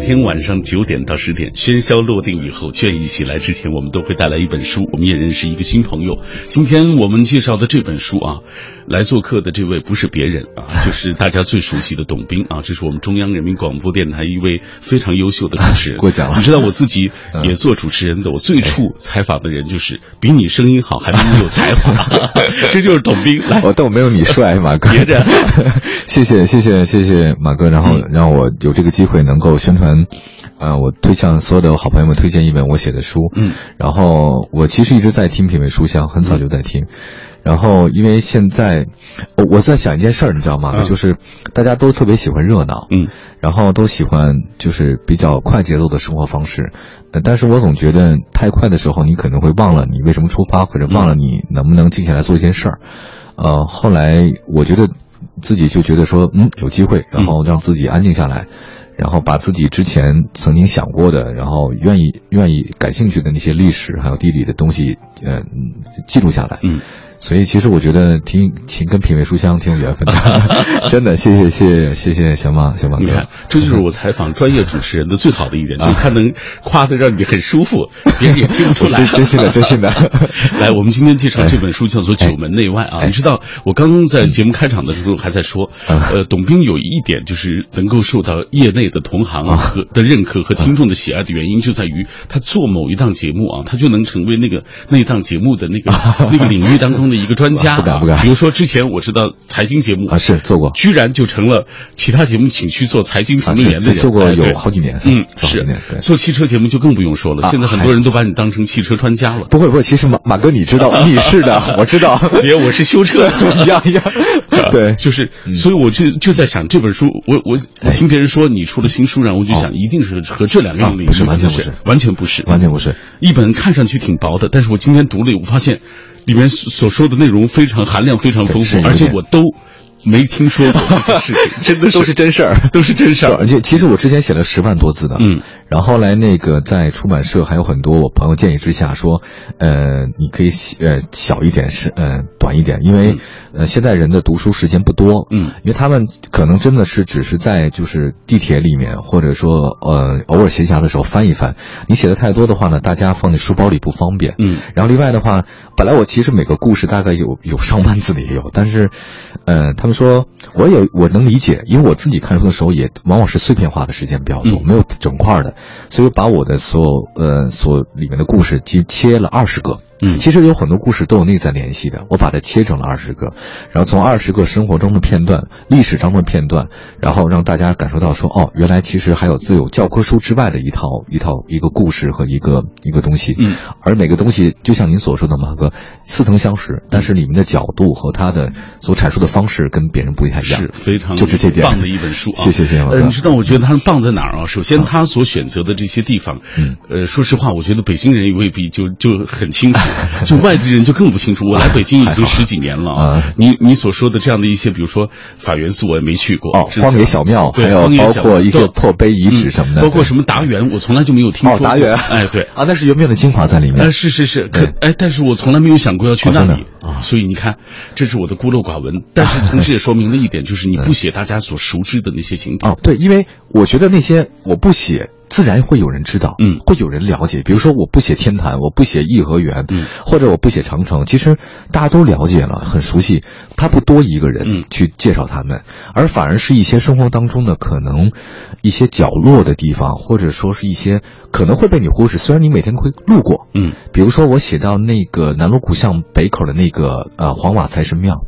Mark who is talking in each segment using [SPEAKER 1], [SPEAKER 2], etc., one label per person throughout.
[SPEAKER 1] 天晚上九点到十点，喧嚣落定以后，倦意袭来之前，我们都会带来一本书，我们也认识一个新朋友。今天我们介绍的这本书啊，来做客的这位不是别人 啊，就是大家最熟悉的董斌啊，这是我们中央人民广播电台一位非常优秀的主持人。
[SPEAKER 2] 过奖了
[SPEAKER 1] 你知道我自己也做主持人的，我 最初采访的人就是比你声音好，还比你有才华， 这就是董斌。 来，
[SPEAKER 2] 我但我没有你帅，马哥。
[SPEAKER 1] 别这样 嗯
[SPEAKER 2] 谢谢谢谢谢谢马哥，然后让我有这个机会能够宣传，呃，我推向所有的好朋友们推荐一本我写的书，
[SPEAKER 1] 嗯，
[SPEAKER 2] 然后我其实一直在听品味书香，很早就在听，
[SPEAKER 1] 嗯
[SPEAKER 2] 然后因为现在我我在想一件事儿，你知道吗？
[SPEAKER 1] 嗯
[SPEAKER 2] 就是大家都特别喜欢热闹，
[SPEAKER 1] 嗯，
[SPEAKER 2] 然后都喜欢就是比较快节奏的生活方式，呃但是我总觉得太快的时候，你可能会忘了你为什么出发，或者忘了你能不能静下来做一件事儿。呃，后来我觉得自己就觉得说，嗯，有机会，然后让自己安静下来，然后把自己之前曾经想过的，然后愿意愿意感兴趣的那些历史还有地理的东西，呃，嗯记录下来。
[SPEAKER 1] 嗯，
[SPEAKER 2] 所以其实我觉得挺挺跟品味书香挺有缘分的， 真的，谢谢谢谢谢谢小马小马
[SPEAKER 1] 你
[SPEAKER 2] 哥
[SPEAKER 1] 看。，这就是我采访专业主持人的最好的一点，就是他能夸的让你很舒服，别人也听不出
[SPEAKER 2] 我
[SPEAKER 1] 来
[SPEAKER 2] 是。真心的，真 啊心的。
[SPEAKER 1] 来，我们今天介绍这本书叫做《九门内外》
[SPEAKER 2] 哎
[SPEAKER 1] 啊。你知道，我刚刚在节目开场的时候还在说，
[SPEAKER 2] 嗯
[SPEAKER 1] 呃，董斌有一点就是能够受到业内的同行啊和的认可
[SPEAKER 2] 啊
[SPEAKER 1] 和听众的喜爱的原因，就在于他做某一档节目啊，他就能成为那个那档节目的那 个那个领域当中的一个专家啊。
[SPEAKER 2] 不敢不敢
[SPEAKER 1] 比如说之前我知道财经节目
[SPEAKER 2] 啊是做过
[SPEAKER 1] 居然就成了其他节目请去做财经评
[SPEAKER 2] 啊，
[SPEAKER 1] 论
[SPEAKER 2] 是
[SPEAKER 1] 员的
[SPEAKER 2] 是
[SPEAKER 1] 人，
[SPEAKER 2] 做过
[SPEAKER 1] 哎对
[SPEAKER 2] 有好几年，
[SPEAKER 1] 嗯，
[SPEAKER 2] 做好几
[SPEAKER 1] 是
[SPEAKER 2] 年对。
[SPEAKER 1] 做汽车节目就更不用说了，
[SPEAKER 2] 啊
[SPEAKER 1] 现在很多人都把你当成汽车专家了。
[SPEAKER 2] 不会不会，其实马马哥你知道，你是的，我知 道，
[SPEAKER 1] 别，我是修车的。
[SPEAKER 2] 一样 一样， 对，嗯
[SPEAKER 1] 就是，所以我就就在想这本书，我我我听别人说你出了新书，然后我就想，一定是和这两个
[SPEAKER 2] 哦啊
[SPEAKER 1] 领域
[SPEAKER 2] 不是完全不是
[SPEAKER 1] 完全不是，
[SPEAKER 2] 完全不是。
[SPEAKER 1] 一本看上去挺薄的，但是我今天读了，我发现里面所说的内容非常含量非常丰
[SPEAKER 2] 对是
[SPEAKER 1] 富
[SPEAKER 2] 有，点
[SPEAKER 1] 而且我都没听说过这 些事情，真的是
[SPEAKER 2] 都是真事儿
[SPEAKER 1] 都 是真事
[SPEAKER 2] 是，
[SPEAKER 1] 儿。
[SPEAKER 2] 而且其实我之前写了十万多字的，
[SPEAKER 1] 嗯，
[SPEAKER 2] 然后后来那个在出版社还有很多我朋友建议之下说，呃，你可以写呃小一点是呃短一点，因为、呃现在人的读书时间不多，
[SPEAKER 1] 嗯，
[SPEAKER 2] 因为他们可能真的是只是在就是地铁里面，或者说呃偶尔闲暇的时候翻一翻。你写的太多的话呢，大家放在书包里不方便，
[SPEAKER 1] 嗯，
[SPEAKER 2] 然后另外的话，本来我其实每个故事大概有有上万字的也有，但是，呃，他们说我有我能理解，因为我自己看书的时候也往往是碎片化的时间比较多，
[SPEAKER 1] 嗯
[SPEAKER 2] 没有整块儿的，所以把我的所有呃所里面的故事就切了二十个。
[SPEAKER 1] 嗯
[SPEAKER 2] 其实有很多故事都有内在联系的，我把它切成了二十个，然后从二十个生活中的片段、历史当中的片段，然后让大家感受到说，哦，原来其实还有自有教科书之外的一套一套一个故事和一个一个东西。
[SPEAKER 1] 嗯，
[SPEAKER 2] 而每个东西就像您所说的马哥，似曾相识，
[SPEAKER 1] 嗯
[SPEAKER 2] 但是里面的角度和它的所阐述的方式跟别人不太一样。
[SPEAKER 1] 是非常
[SPEAKER 2] 就是这点
[SPEAKER 1] 棒的一本书啊！
[SPEAKER 2] 谢谢谢谢马
[SPEAKER 1] 呃，
[SPEAKER 2] 哥
[SPEAKER 1] 你知道我觉得它棒在哪儿啊？首先，他所选择的这些地方，
[SPEAKER 2] 嗯，
[SPEAKER 1] 呃，说实话，我觉得北京人也未必就就很清 楚，就外地人就更不清楚。我来北京已经十几年了啊
[SPEAKER 2] 啊，
[SPEAKER 1] 你你所说的这样的一些，比如说法源寺，我也没去过
[SPEAKER 2] 哦，
[SPEAKER 1] 是
[SPEAKER 2] 荒野小庙，
[SPEAKER 1] 对
[SPEAKER 2] 还有
[SPEAKER 1] 荒野
[SPEAKER 2] 包
[SPEAKER 1] 小
[SPEAKER 2] 括一
[SPEAKER 1] 对
[SPEAKER 2] 个破碑遗址什么的，
[SPEAKER 1] 包括
[SPEAKER 2] 对
[SPEAKER 1] 什么达源，我从来就没有听说
[SPEAKER 2] 哦
[SPEAKER 1] 过。
[SPEAKER 2] 达源，
[SPEAKER 1] 哎，对。
[SPEAKER 2] 啊，那是原片的精华在里面
[SPEAKER 1] 呃，。是是是，可
[SPEAKER 2] 对
[SPEAKER 1] 哎，但是我从来没有想过要去那
[SPEAKER 2] 哦真的
[SPEAKER 1] 里，所以你看，这是我的孤陋寡闻。但是同时也说明了一 点，就是你不写大家所熟知的那些景点。
[SPEAKER 2] 嗯哦，对，因为我觉得那些我不写，自然会有人知道，
[SPEAKER 1] 嗯
[SPEAKER 2] 会有人了解。比如说，我不写天坛，我不写颐和园，
[SPEAKER 1] 嗯，
[SPEAKER 2] 或者我不写长城，其实大家都了解了，很熟悉，他不多一个
[SPEAKER 1] 嗯
[SPEAKER 2] 人去介绍他们，而反而是一些生活当中的可能一些角落的地方，或者说是一些可能会被你忽视，虽然你每天会路过，
[SPEAKER 1] 嗯，
[SPEAKER 2] 比如说我写到那个南锣鼓巷北口的那个呃黄瓦财神庙，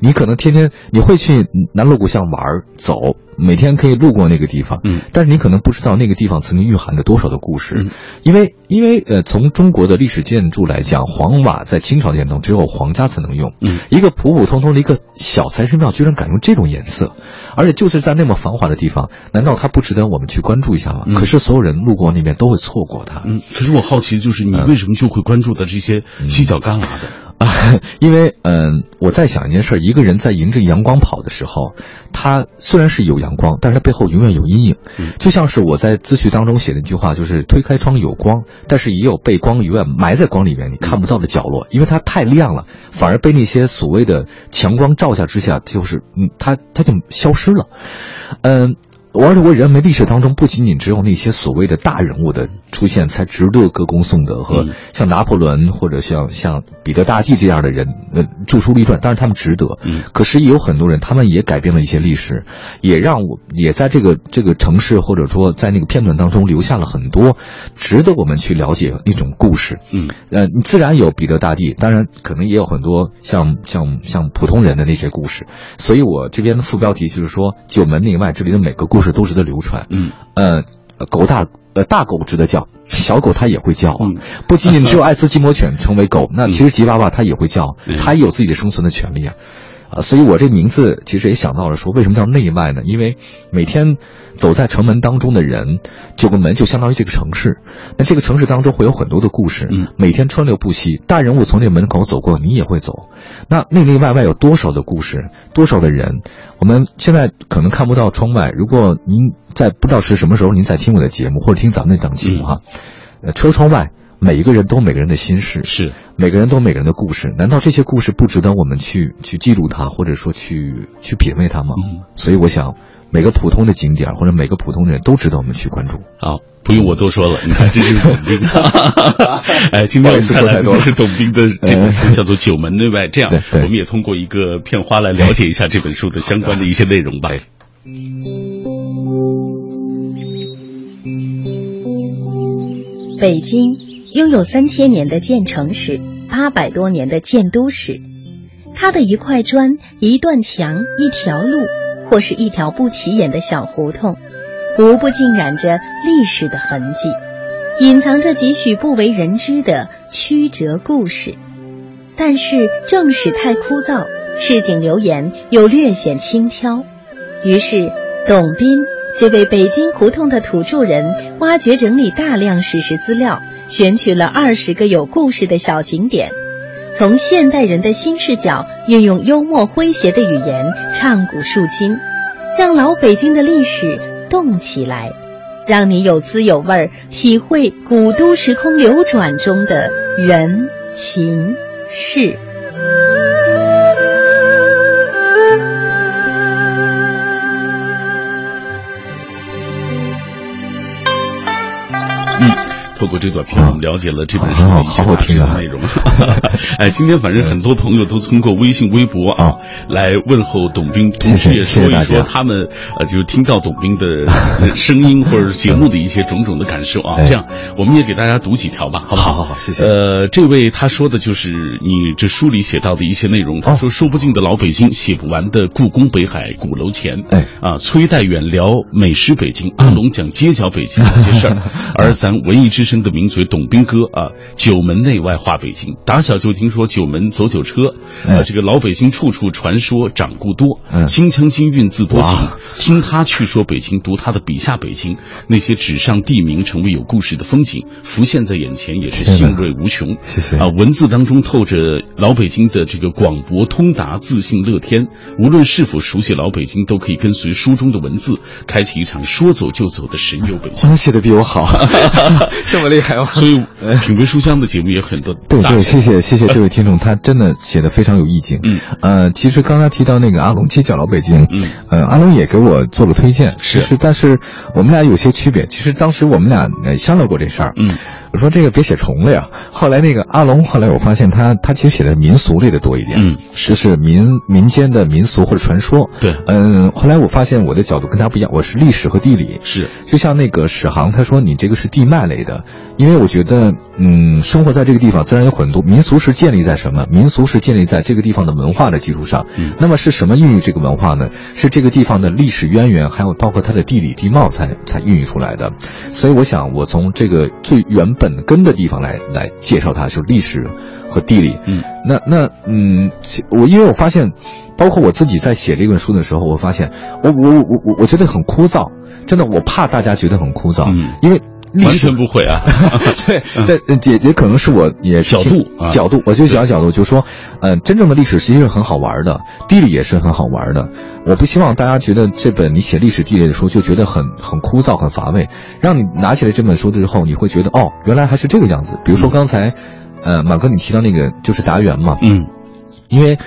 [SPEAKER 2] 你可能天天你会去南锣鼓巷玩儿走，每天可以路过那个地方，
[SPEAKER 1] 嗯，
[SPEAKER 2] 但是你可能不知道那个地方曾经蕴含着多少的故事，
[SPEAKER 1] 嗯
[SPEAKER 2] 因为因为呃从中国的历史建筑来讲，黄瓦在清朝建筑只有皇家才能用，
[SPEAKER 1] 嗯，
[SPEAKER 2] 一个普普通通的一个小财神庙居然敢用这种颜色，而且就是在那么繁华的地方，难道它不值得我们去关注一下吗？
[SPEAKER 1] 嗯
[SPEAKER 2] 可是所有人路过那边都会错过它，
[SPEAKER 1] 嗯，可是我好奇，就是你为什么就会关注到这些犄角旮旯的？
[SPEAKER 2] 啊， 因为嗯、我在想一件事儿：一个人在迎着阳光跑的时候，他虽然是有阳光，但是他背后永远有阴影。
[SPEAKER 1] 嗯
[SPEAKER 2] 就像是我在自序当中写的一句话，就是推开窗有光，但是也有被光永远埋在光里面你看不到的角落，因为它太亮了，反而被那些所谓的强光照下之下，就是嗯，它它就消失了。嗯、而且我认为历史当中不仅仅只有那些所谓的大人物的出现才值得歌功颂德，和像拿破仑或者像像彼得大帝这样的人，呃，著书立传，当然他们值得。
[SPEAKER 1] 嗯，
[SPEAKER 2] 可是也有很多人，他们也改变了一些历史，也让我也在这个这个城市或者说在那个片段当中留下了很多值得我们去了解一种故事。
[SPEAKER 1] 嗯，
[SPEAKER 2] 呃，自然有彼得大帝，当然可能也有很多像像像普通人的那些故事。所以我这边的副标题就是说，九门内外这里的每个故事都值得流传。
[SPEAKER 1] 嗯，
[SPEAKER 2] 呃，狗大呃大狗值得叫，小狗它也会叫啊。
[SPEAKER 1] 嗯
[SPEAKER 2] 不仅仅只有爱斯基摩犬成为 狗，那
[SPEAKER 1] 嗯
[SPEAKER 2] 其实吉娃娃它也会叫
[SPEAKER 1] 嗯，
[SPEAKER 2] 它也有自己的生存的权利啊。啊，所以我这名字其实也想到了，说为什么叫内外呢？因为每天走在城门当中的人，九个门就相当于这个城市。那这个城市当中会有很多的故事，
[SPEAKER 1] 嗯
[SPEAKER 2] 每天川流不息。大人物从这门口走过，你也会走。那内内外外有多少的故事，多少的人？我们现在可能看不到窗外。如果您在不知道是什么时候您在听我的节目，或者听咱们那档节目哈、呃，车窗外每一个人都有每个人的心事，
[SPEAKER 1] 是，
[SPEAKER 2] 每个人都有每个人的故事，难道这些故事不值得我们去去记录它，或者说去去品味它吗？
[SPEAKER 1] 嗯，
[SPEAKER 2] 所以我想，每个普通的景点或者每个普通的人都值得我们去关注。
[SPEAKER 1] 好，不用我多说了，你看这就是董斌。 哎，今天我们看来的就是董斌的这本书叫做《九门内外》，这样
[SPEAKER 2] 对对
[SPEAKER 1] 我们也通过一个片花来了解一下这本书的相关的一些内容吧。
[SPEAKER 3] 北京拥有三千年的建城史，八百多年的建都史。它的一块砖、一段墙、一条路，或是一条不起眼的小胡同，无不浸染着历史的痕迹，隐藏着几许不为人知的曲折故事。但是正史太枯燥，市井流言又略显轻佻，于是董斌这位北京胡同的土著人，挖掘整理大量史实资料，选取了二十个有故事的小景点，从现代人的新视角，运用幽默诙谐的语言唱古述今，让老北京的历史动起来，让你有滋有味儿体会古都时空流转中的人情事。
[SPEAKER 1] 透过这段片，我们了解了这本书
[SPEAKER 2] 啊
[SPEAKER 1] 的一
[SPEAKER 2] 好
[SPEAKER 1] 些
[SPEAKER 2] 好
[SPEAKER 1] 大
[SPEAKER 2] 听
[SPEAKER 1] 致的
[SPEAKER 2] 啊
[SPEAKER 1] 内容。 哎，今天反正很多朋友都通过微信、微博啊
[SPEAKER 2] 啊
[SPEAKER 1] 来问候董斌，同
[SPEAKER 2] 谢谢
[SPEAKER 1] 时也说
[SPEAKER 2] 谢谢
[SPEAKER 1] 一
[SPEAKER 2] 大
[SPEAKER 1] 说
[SPEAKER 2] 家
[SPEAKER 1] 他们呃，就是听到董斌的 呃声音或者节目的一些种种的感受啊。
[SPEAKER 2] 哎
[SPEAKER 1] 这样，我们也给大家读几条吧，好不好？
[SPEAKER 2] 好好好谢谢
[SPEAKER 1] 呃，这位他说的就是你这书里写到的一些内
[SPEAKER 2] 哦
[SPEAKER 1] 容，他说说不尽的老北京，写不完的故宫北海、鼓楼前，
[SPEAKER 2] 哎
[SPEAKER 1] 啊，崔代远聊美食北京，阿龙讲街角北 京这些事儿，而咱文艺之声的名嘴董斌哥啊，九门内外话北京，打小就听说九门走九车，啊，
[SPEAKER 2] 哎
[SPEAKER 1] 这个老北京处处传说掌故多，
[SPEAKER 2] 嗯
[SPEAKER 1] 京腔京韵字多情
[SPEAKER 2] 哇，
[SPEAKER 1] 听他去说北京，读他的笔下北京，那些纸上地名成为有故事的风景，浮现在眼前也是兴味无穷。
[SPEAKER 2] 谢谢
[SPEAKER 1] 啊，文字当中透着老北京的这个广博通达、自信乐天。无论是否熟悉老北京，都可以跟随书中的文字，开启一场说走就走的神游北京。
[SPEAKER 2] 哇，写的比我好， 这么厉害吗？
[SPEAKER 1] 所以，品味书香的节目也很多。
[SPEAKER 2] 哦对对，谢谢谢谢这位听众，他真的写的非常有意境。
[SPEAKER 1] 嗯，
[SPEAKER 2] 呃，其实刚才提到那个阿龙街角老北京，
[SPEAKER 1] 嗯，
[SPEAKER 2] 呃，阿龙也给我做了推荐，
[SPEAKER 1] 是
[SPEAKER 2] 就是但是我们俩有些区别。其实当时我们俩呃商量过这事儿，
[SPEAKER 1] 嗯，
[SPEAKER 2] 我说这个别写重了呀。后来那个阿龙，后来我发现他他其实写的民俗类的多一点，
[SPEAKER 1] 嗯，
[SPEAKER 2] 就是民民间的民俗或者传说。
[SPEAKER 1] 对
[SPEAKER 2] 嗯，后来我发现我的角度跟他不一样，我是历史和地理，
[SPEAKER 1] 是，
[SPEAKER 2] 就像那个史航他说你这个是地脉类的，因为我觉得，嗯，生活在这个地方，自然有很多民俗是建立在什么？民俗是建立在这个地方的文化的基础上。
[SPEAKER 1] 嗯
[SPEAKER 2] 那么是什么孕育这个文化呢？是这个地方的历史渊源，还有包括它的地理地貌才才孕育出来的。所以我想，我从这个最原本根的地方来来介绍它，就是历史和地理。
[SPEAKER 1] 嗯，
[SPEAKER 2] 那那嗯，其我因为我发现，包括我自己在写这本书的时候，我发现我我我我我觉得很枯燥，真的，我怕大家觉得很枯燥，
[SPEAKER 1] 嗯
[SPEAKER 2] 因为啊历
[SPEAKER 1] 完
[SPEAKER 2] 史
[SPEAKER 1] 全不会啊。
[SPEAKER 2] 对，但姐姐可能是我也是
[SPEAKER 1] 角
[SPEAKER 2] 听
[SPEAKER 1] 度啊
[SPEAKER 2] 角度，我就讲角度，就说，嗯、真正的历史其实是很好玩的，地理也是很好玩的。我不希望大家觉得这本你写历史地理的书就觉得很很枯燥、很乏味，让你拿起来这本书之后，你会觉得哦，原来还是这个样子。比如说刚才，呃，马哥你提到那个就是达原嘛，
[SPEAKER 1] 嗯
[SPEAKER 2] 因为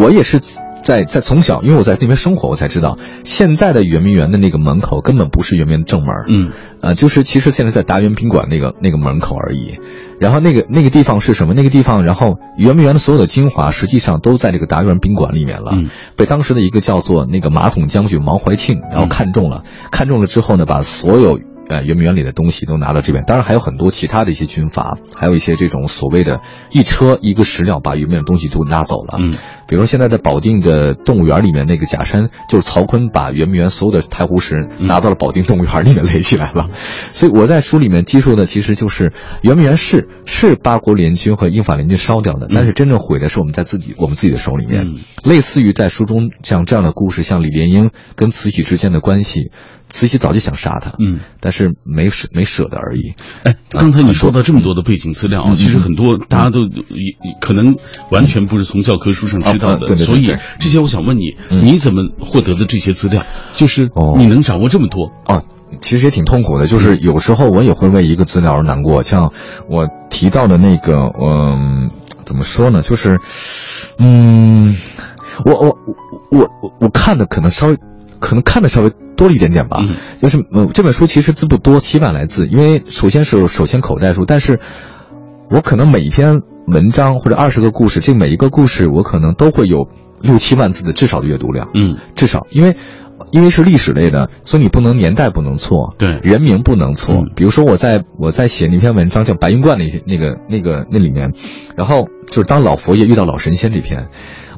[SPEAKER 2] 我也是在在从小，因为我在那边生活，我才知道现在的圆明园的那个门口根本不是圆明园的正门，
[SPEAKER 1] 嗯，
[SPEAKER 2] 呃，就是其实现在在达源宾馆那个那个门口而已。然后那个那个地方是什么？那个地方，然后圆明园的所有的精华实际上都在这个达源宾馆里面了，
[SPEAKER 1] 嗯
[SPEAKER 2] 被当时的一个叫做那个马桶将军毛怀庆，然后看中了，看中了之后呢，把所有。呃，圆明园里的东西都拿到这边，当然还有很多其他的一些军阀，还有一些这种所谓的一车一个石料把圆明园的东西都拉走了。
[SPEAKER 1] 嗯，
[SPEAKER 2] 比如说现在在保定的动物园里面那个假山，就是曹锟把圆明园所有的太湖石拿到了保定动物园里面垒起来了。 所以我在书里面记述的其实就是圆明园是是八国联军和英法联军烧掉的，但是真正毁的是我们在自己我们自己的手里面。
[SPEAKER 1] 嗯
[SPEAKER 2] 类似于在书中像这样的故事，像李莲英跟慈禧之间的关系，慈禧早就想杀他，
[SPEAKER 1] 嗯，
[SPEAKER 2] 但是没舍没舍得而已。
[SPEAKER 1] 哎，刚才你说到这
[SPEAKER 2] 嗯
[SPEAKER 1] 么多的背景资料啊，其实很多大家都也可能完全不是从教科书上知道
[SPEAKER 2] 啊啊对
[SPEAKER 1] 的，
[SPEAKER 2] 对对
[SPEAKER 1] 所以
[SPEAKER 2] 对
[SPEAKER 1] 这些我想问你，
[SPEAKER 2] 嗯
[SPEAKER 1] 你怎么获得的这些资料？就是
[SPEAKER 2] 哦
[SPEAKER 1] 你能掌握这么多？
[SPEAKER 2] 哦，其实也挺痛苦的，就是有时候我也会为一个资料而难过。像我提到的那个，嗯，怎么说呢？就是，嗯，我我我我我看的可能稍微，可能看的稍微多了一点点吧。
[SPEAKER 1] 嗯
[SPEAKER 2] 就是、呃、这本书其实字不多，七万来字，因为首先是首先口袋书，但是我可能每一篇文章或者二十个故事，这每一个故事我可能都会有六七万字的至少的阅读量。
[SPEAKER 1] 嗯，
[SPEAKER 2] 至少因为因为是历史类的，所以你不能年代不能错，
[SPEAKER 1] 对
[SPEAKER 2] 人名不能错。
[SPEAKER 1] 嗯
[SPEAKER 2] 比如说我在我在写那篇文章叫《白云观》里那个那个那里面，然后就是当老佛爷遇到老神仙这篇。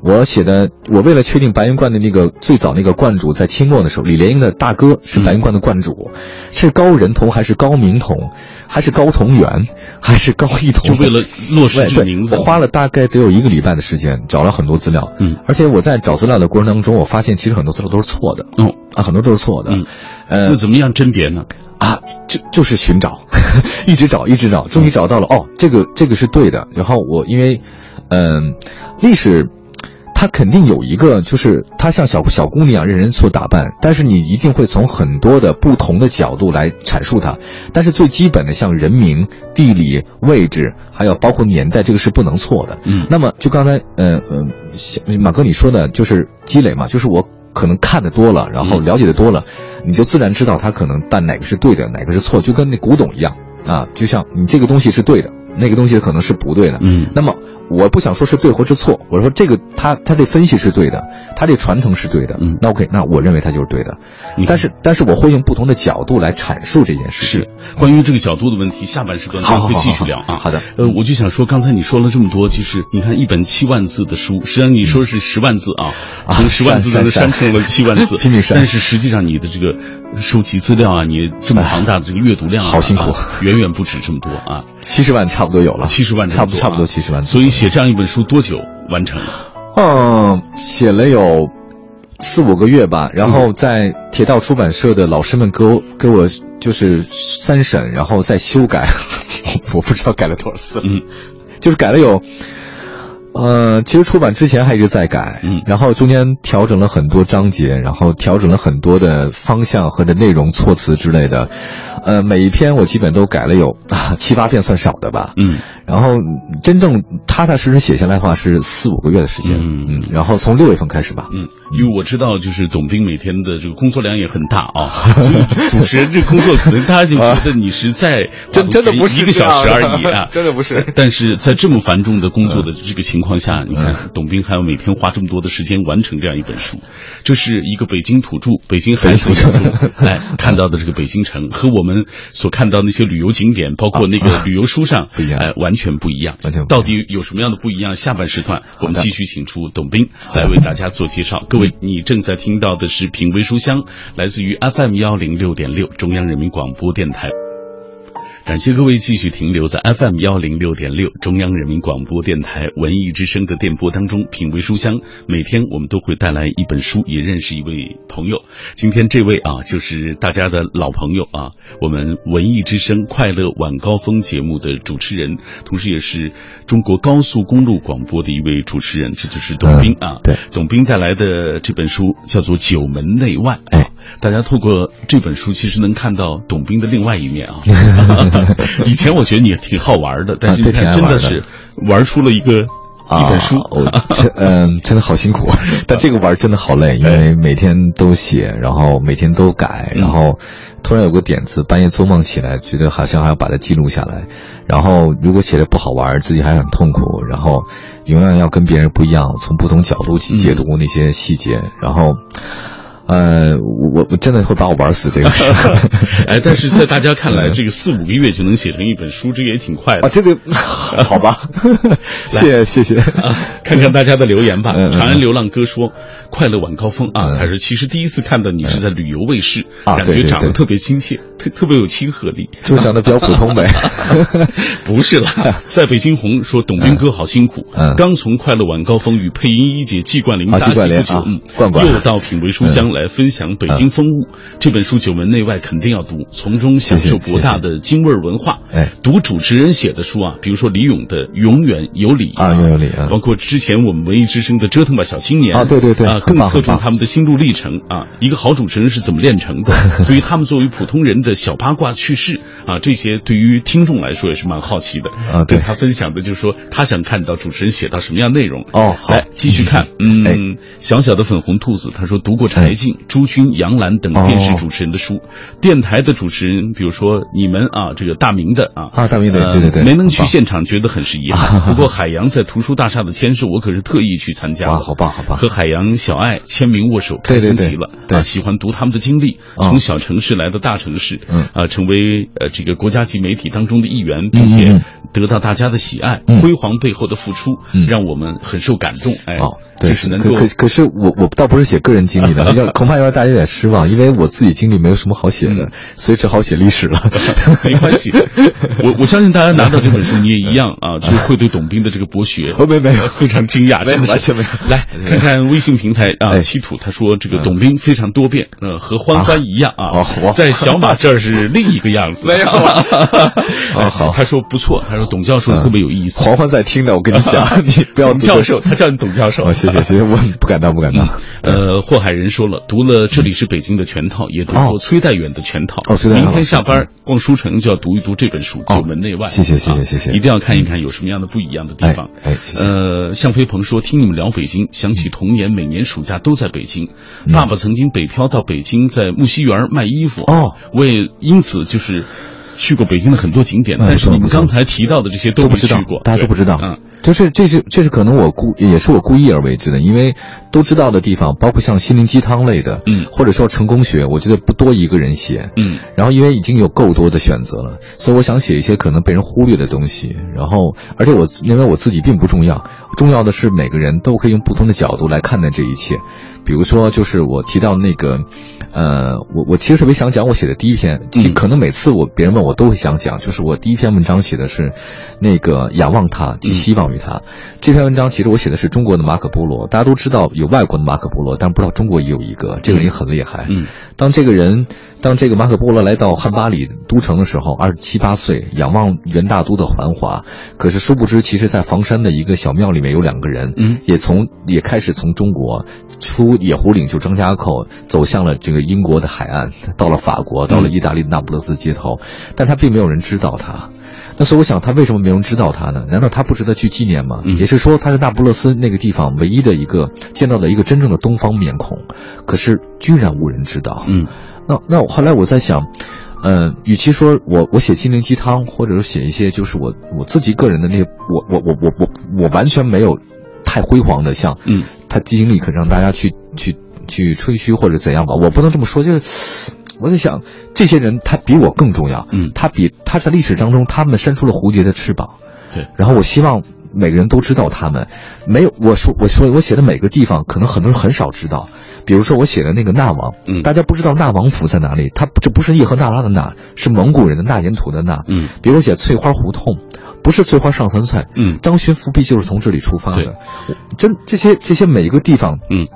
[SPEAKER 2] 我写的，我为了确定白云观的那个最早那个观主，在清末的时候，李莲英的大哥是白云观的观主，
[SPEAKER 1] 嗯
[SPEAKER 2] 是高仁同还是高明同，还是高同源，还是高义同？
[SPEAKER 1] 就为了落实
[SPEAKER 2] 对
[SPEAKER 1] 这个
[SPEAKER 2] 对，
[SPEAKER 1] 名字
[SPEAKER 2] 我，花了大概得有一个礼拜的时间，找了很多资料。
[SPEAKER 1] 嗯，
[SPEAKER 2] 而且我在找资料的过程当中，我发现其实很多资料都是错的
[SPEAKER 1] 哦，
[SPEAKER 2] 啊，很多都是错的。
[SPEAKER 1] 嗯那
[SPEAKER 2] 呃
[SPEAKER 1] 怎么样甄别呢？
[SPEAKER 2] 啊，就就是寻找， 一直找，一直找，终于找到了。哦，这个这个是对的。然后我因为，嗯、历史。它肯定有一个，就是它像小小姑娘一样任人所打扮，但是你一定会从很多的不同的角度来阐述它。但是最基本的，像人名、地理位置，还有包括年代，这个是不能错的。
[SPEAKER 1] 嗯
[SPEAKER 2] 那么就刚才，呃呃，小马哥你说的就是积累嘛，就是我可能看的多了，然后了解的多了，你就自然知道它可能但哪个是对的，哪个是错，就跟那古董一样啊，就像你这个东西是对的，那个东西可能是不对的。
[SPEAKER 1] 嗯
[SPEAKER 2] 那么我不想说是对或是错，我说这个他他这分析是对的，他这传承是对的，
[SPEAKER 1] 嗯
[SPEAKER 2] 那 OK，那我认为他就是对的
[SPEAKER 1] 你看，
[SPEAKER 2] 但是但是我会用不同的角度来阐述这件事情。
[SPEAKER 1] 是关于这个角度的问题，下半时段咱
[SPEAKER 2] 好好
[SPEAKER 1] 们会
[SPEAKER 2] 好好
[SPEAKER 1] 继续聊啊。
[SPEAKER 2] 好的，
[SPEAKER 1] 呃，我就想说，刚才你说了这么多，就是你看一本七万字的书，实际上你说是十万字啊，
[SPEAKER 2] 啊
[SPEAKER 1] 从十万字当中
[SPEAKER 2] 删
[SPEAKER 1] 删
[SPEAKER 2] 删
[SPEAKER 1] 成了七万字，
[SPEAKER 2] 拼命删
[SPEAKER 1] 但是实际上你的这个收集资料啊，你这么庞大的这个阅读量啊，
[SPEAKER 2] 好辛苦
[SPEAKER 1] 啊远远不止这么多啊，
[SPEAKER 2] 七十万差不多有了，
[SPEAKER 1] 70万
[SPEAKER 2] 差不
[SPEAKER 1] 差
[SPEAKER 2] 差
[SPEAKER 1] 不
[SPEAKER 2] 不
[SPEAKER 1] 多啊
[SPEAKER 2] 多七十万左
[SPEAKER 1] 所
[SPEAKER 2] 右。
[SPEAKER 1] 以写这样一本书多久完成？
[SPEAKER 2] 嗯，写了有四五个月吧，然后在铁道出版社的老师们给我给我就是三审，然后再修改， 我不知道改了多少次了，
[SPEAKER 1] 嗯
[SPEAKER 2] 就是改了有。呃，其实出版之前还一直在改，
[SPEAKER 1] 嗯
[SPEAKER 2] 然后中间调整了很多章节，然后调整了很多的方向和的内容、措辞之类的，呃，每一篇我基本都改了有、 啊、七八遍，算少的吧，
[SPEAKER 1] 嗯，
[SPEAKER 2] 然后嗯真正踏踏实实写下来的话是四五个月的时间，
[SPEAKER 1] 嗯
[SPEAKER 2] 嗯，然后从六月份开始吧，
[SPEAKER 1] 嗯，因为我知道，就是董斌每天的这个工作量也很大啊。所以主持人这工作，可能大家就觉得你是在
[SPEAKER 2] 真真的不是
[SPEAKER 1] 一个小时
[SPEAKER 2] 这样的，
[SPEAKER 1] 而已啊
[SPEAKER 2] 真的不是
[SPEAKER 1] 但是在这么繁重的工作的这个情况
[SPEAKER 2] 嗯
[SPEAKER 1] 下，你看董斌还要每天花这么多的时间完成这样一本书，这是一个北京土著、北京孩子眼中来哎看到的这个北京城，和我们所看到那些旅游景点，包括那个旅游书上
[SPEAKER 2] 啊不一样
[SPEAKER 1] 哎，完全不一样。
[SPEAKER 2] 完全不一样
[SPEAKER 1] 到底有什么样的不一样？下半时段我们
[SPEAKER 2] 好的
[SPEAKER 1] 继续请出董斌来为大家做介绍。各位，你正在听到的是品味书香，来自于 FM 幺零六点六中央人民广播电台。感谢各位继续停留在 FM 幺零六点六中央人民广播电台文艺之声的电波当中，品味书香。每天我们都会带来一本书，也认识一位朋友。今天这位啊，就是大家的老朋友啊，我们文艺之声快乐晚高峰节目的主持人，同时也是中国高速公路广播的一位主持人，这就是董斌啊。
[SPEAKER 2] 对，
[SPEAKER 1] 董斌带来的这本书叫做《九门内外》。啊
[SPEAKER 2] 哎，
[SPEAKER 1] 大家透过这本书，其实能看到董斌的另外一面 啊。以前我觉得你挺好玩的，但是
[SPEAKER 2] 啊
[SPEAKER 1] 你
[SPEAKER 2] 对挺
[SPEAKER 1] 看
[SPEAKER 2] 爱
[SPEAKER 1] 真
[SPEAKER 2] 玩
[SPEAKER 1] 的
[SPEAKER 2] 的啊
[SPEAKER 1] 是玩出了一个一本书，
[SPEAKER 2] 我真嗯、真的好辛苦， 但这个玩儿真的好累，因为每天都写，然后每天都
[SPEAKER 1] 嗯
[SPEAKER 2] 改，然后突然有个点子，半夜做梦起来，觉得好像还要把它记录下来，然后如果写的不好玩儿，自己还很痛苦，然后永远要跟别人不一样，从不同角度去
[SPEAKER 1] 嗯
[SPEAKER 2] 解读那些细节，然后。呃，我我真的会把我玩死这个事儿
[SPEAKER 1] 哎，但是在大家看来，这个四五个月就能写成一本书，这个也挺快
[SPEAKER 2] 啊！
[SPEAKER 1] 的。
[SPEAKER 2] 这个好吧， 谢谢谢 谢。
[SPEAKER 1] 啊，看看大家的留言吧。
[SPEAKER 2] 嗯嗯嗯
[SPEAKER 1] 长安流浪哥说：“快乐晚高峰啊！”
[SPEAKER 2] 嗯
[SPEAKER 1] 他说：“其实第一次看到你是在旅游卫视，
[SPEAKER 2] 啊
[SPEAKER 1] 感
[SPEAKER 2] 对
[SPEAKER 1] 觉
[SPEAKER 2] 对
[SPEAKER 1] 长得
[SPEAKER 2] 对
[SPEAKER 1] 特别亲切，特特别有亲和 力。”
[SPEAKER 2] 就长得比较普通呗。
[SPEAKER 1] 不是啦，塞北惊鸿说董斌哥好辛苦，
[SPEAKER 2] 嗯
[SPEAKER 1] 刚从快乐晚高峰与配音一姐季冠霖搭
[SPEAKER 2] 啊
[SPEAKER 1] 戏
[SPEAKER 2] 季冠霖
[SPEAKER 1] 不久，
[SPEAKER 2] 啊
[SPEAKER 1] 嗯，
[SPEAKER 2] 冠冠嗯
[SPEAKER 1] 又到品味书香来分享北京风物。这本书九门内外肯定要读，从中享受
[SPEAKER 2] 谢谢
[SPEAKER 1] 博大的京味儿文化。
[SPEAKER 2] 哎
[SPEAKER 1] 读主持人写的书啊，比如说李咏的《永远有理》
[SPEAKER 2] 啊永远有理啊
[SPEAKER 1] 包括之前我们文艺之声的《折腾吧小青年》
[SPEAKER 2] 啊对对对
[SPEAKER 1] 啊，更
[SPEAKER 2] 很棒
[SPEAKER 1] 侧重
[SPEAKER 2] 很棒
[SPEAKER 1] 他们的心路历程啊，一个好主持人是怎么练成 的？对于他们作为普通人的小八卦趣事啊，这些对于听众来说也是蛮好奇的
[SPEAKER 2] 啊对
[SPEAKER 1] 他分享的就是说他想看到主持人写到什么样内容。
[SPEAKER 2] 哦好
[SPEAKER 1] 来继续看，
[SPEAKER 2] 哎
[SPEAKER 1] 嗯，小小的粉红兔子他说读过柴静、朱军、杨澜等电视
[SPEAKER 2] 哦
[SPEAKER 1] 主持人的书，电台的主持人，比如说你们啊，这个大明的啊。
[SPEAKER 2] 啊，大明对
[SPEAKER 1] 呃
[SPEAKER 2] 对对啊对，
[SPEAKER 1] 没能去
[SPEAKER 2] 好
[SPEAKER 1] 现场，觉得很是遗憾。 不过海洋在图书大厦的签售，我可是特意去参加
[SPEAKER 2] 棒
[SPEAKER 1] 的。
[SPEAKER 2] 哇，好棒好棒
[SPEAKER 1] 和海洋、小爱签名握手，开
[SPEAKER 2] 对对
[SPEAKER 1] 心
[SPEAKER 2] 对
[SPEAKER 1] 极了。
[SPEAKER 2] 对
[SPEAKER 1] 啊，喜欢读他们的经历，
[SPEAKER 2] 哦
[SPEAKER 1] 从小城市来到大城市，
[SPEAKER 2] 嗯
[SPEAKER 1] 啊，成为呃这个国家级媒体当中的一员，
[SPEAKER 2] 嗯
[SPEAKER 1] 并
[SPEAKER 2] 嗯
[SPEAKER 1] 且
[SPEAKER 2] 嗯
[SPEAKER 1] 得到大家的喜爱。
[SPEAKER 2] 嗯
[SPEAKER 1] 辉煌背后的付出，
[SPEAKER 2] 嗯
[SPEAKER 1] 让我们很受感动。哎
[SPEAKER 2] 哦，，
[SPEAKER 1] 这
[SPEAKER 2] 对，
[SPEAKER 1] 是能
[SPEAKER 2] 可
[SPEAKER 1] 够
[SPEAKER 2] 可可是我我倒不是写个人经 历的，要恐怕要让大家有点失望，因为我自己经历没有什么好写
[SPEAKER 1] 嗯
[SPEAKER 2] 的，所以只好写 历史了。
[SPEAKER 1] 没关 系。我我相信大家拿到这本书，你也一样啊，就会对董斌的这个博 学
[SPEAKER 2] 哦没没有
[SPEAKER 1] 非常惊讶，
[SPEAKER 2] 没有
[SPEAKER 1] 真的是
[SPEAKER 2] 完全没有
[SPEAKER 1] 来看看微信平台啊，
[SPEAKER 2] 哎嗯
[SPEAKER 1] 七土他说这个董斌非常多变，呃，和欢欢一样啊
[SPEAKER 2] 啊哦，
[SPEAKER 1] 在小马这儿是另一个样子。
[SPEAKER 2] 没 有啊
[SPEAKER 1] 哎
[SPEAKER 2] 哦好嗯
[SPEAKER 1] 他说不错，他说董教授特别有意思。
[SPEAKER 2] 黄欢在听的，我跟你 讲，你不要
[SPEAKER 1] 董教授，他叫你董教授。
[SPEAKER 2] 啊，谢谢谢谢，我不敢当不敢当。
[SPEAKER 1] 呃，霍海人说了，读了《这里是北京》的全套，也读过
[SPEAKER 2] 哦
[SPEAKER 1] 崔代远的全套。
[SPEAKER 2] 哦崔代远
[SPEAKER 1] 明天
[SPEAKER 2] 老师
[SPEAKER 1] 下班逛书城就要读一读这本书《
[SPEAKER 2] 哦
[SPEAKER 1] 九门内外》。
[SPEAKER 2] 谢谢谢谢
[SPEAKER 1] 啊
[SPEAKER 2] 谢谢
[SPEAKER 1] 一定要看一看有什么样的不一样的地
[SPEAKER 2] 哎
[SPEAKER 1] 方。
[SPEAKER 2] 哎，谢谢。
[SPEAKER 1] 呃，向飞鹏说，听你们聊北京，想起童年每年暑假都在北京，爸爸曾经北漂到北京，在木樨园卖衣服。
[SPEAKER 2] 哦，
[SPEAKER 1] 我也因此就是去过北京的很多景点，
[SPEAKER 2] 嗯
[SPEAKER 1] 但是你
[SPEAKER 2] 不
[SPEAKER 1] 们
[SPEAKER 2] 错
[SPEAKER 1] 刚才提到的这些
[SPEAKER 2] 都
[SPEAKER 1] 没
[SPEAKER 2] 不知
[SPEAKER 1] 去
[SPEAKER 2] 道
[SPEAKER 1] 过，，
[SPEAKER 2] 大家都不知道。
[SPEAKER 1] 嗯，
[SPEAKER 2] 就是这是这是可能我故也是我故意而为之的，因为都知道的地方，包括像心灵鸡汤类的，
[SPEAKER 1] 嗯
[SPEAKER 2] 或者说成功学，我觉得不多一个人写，
[SPEAKER 1] 嗯，
[SPEAKER 2] 然后因为已经有够多的选择了，所以我想写一些可能被人忽略的东西。然后，而且我认为我自己并不重要，重要的是每个人都可以用不同的角度来看待这一切。比如说，就是我提到那个，呃，我我其实特别想讲我写的第一篇，其
[SPEAKER 1] 嗯
[SPEAKER 2] 可能每次我别人问我都会想讲，就是我第一篇文章写的是那个仰望他寄希望于他。这篇文章其实我写的是中国的马可波罗，大家都知道有外国的马可波罗，但不知道中国也有一个，这个人也很厉害。
[SPEAKER 1] 嗯，
[SPEAKER 2] 当这个人，当这个马可波罗来到汉巴里都城的时候，二十七八岁，仰望元大都的繁华，可是殊不知，其实，在房山的一个小庙里面有两个人，
[SPEAKER 1] 嗯，
[SPEAKER 2] 也从也开始从中国出野狐岭，就张家口，走向了这个英国的海岸，到了法国，到了意大利的那不勒斯街头，但他并没有人知道他。那所以我想，他为什么没有人知道他呢？难道他不值得去纪念吗？
[SPEAKER 1] 嗯
[SPEAKER 2] 也是说，他是那不勒斯那个地方唯一的一个见到的一个真正的东方面孔，可是居然无人知道。
[SPEAKER 1] 嗯，
[SPEAKER 2] 那那我后来我在想，呃，与其说我我写心灵鸡汤，或者是写一些就是我我自己个人的那些，我我我我我我完全没有太辉煌的像，
[SPEAKER 1] 嗯，
[SPEAKER 2] 他经历可让大家去去去吹嘘或者怎样吧，我不能这么说，就是。 我在想，这些人他比我更重要，
[SPEAKER 1] 嗯
[SPEAKER 2] 他比他在历史当中，他们伸出了蝴蝶的翅膀，
[SPEAKER 1] 对，
[SPEAKER 2] 然后我希望每个人都知道他们。没有，我说我说我写的每个地方，可能很多人很少知道。比如说我写的那个纳王，
[SPEAKER 1] 嗯
[SPEAKER 2] 大家不知道纳王府在哪里，它这不是叶赫那拉的那，是蒙古人的纳言图的那。
[SPEAKER 1] 嗯，
[SPEAKER 2] 比如我写翠花胡同，不是翠花上酸菜，
[SPEAKER 1] 嗯
[SPEAKER 2] 张巡伏笔就是从这里出发
[SPEAKER 1] 对
[SPEAKER 2] 的。我真这些这些每一个地方，
[SPEAKER 1] 嗯，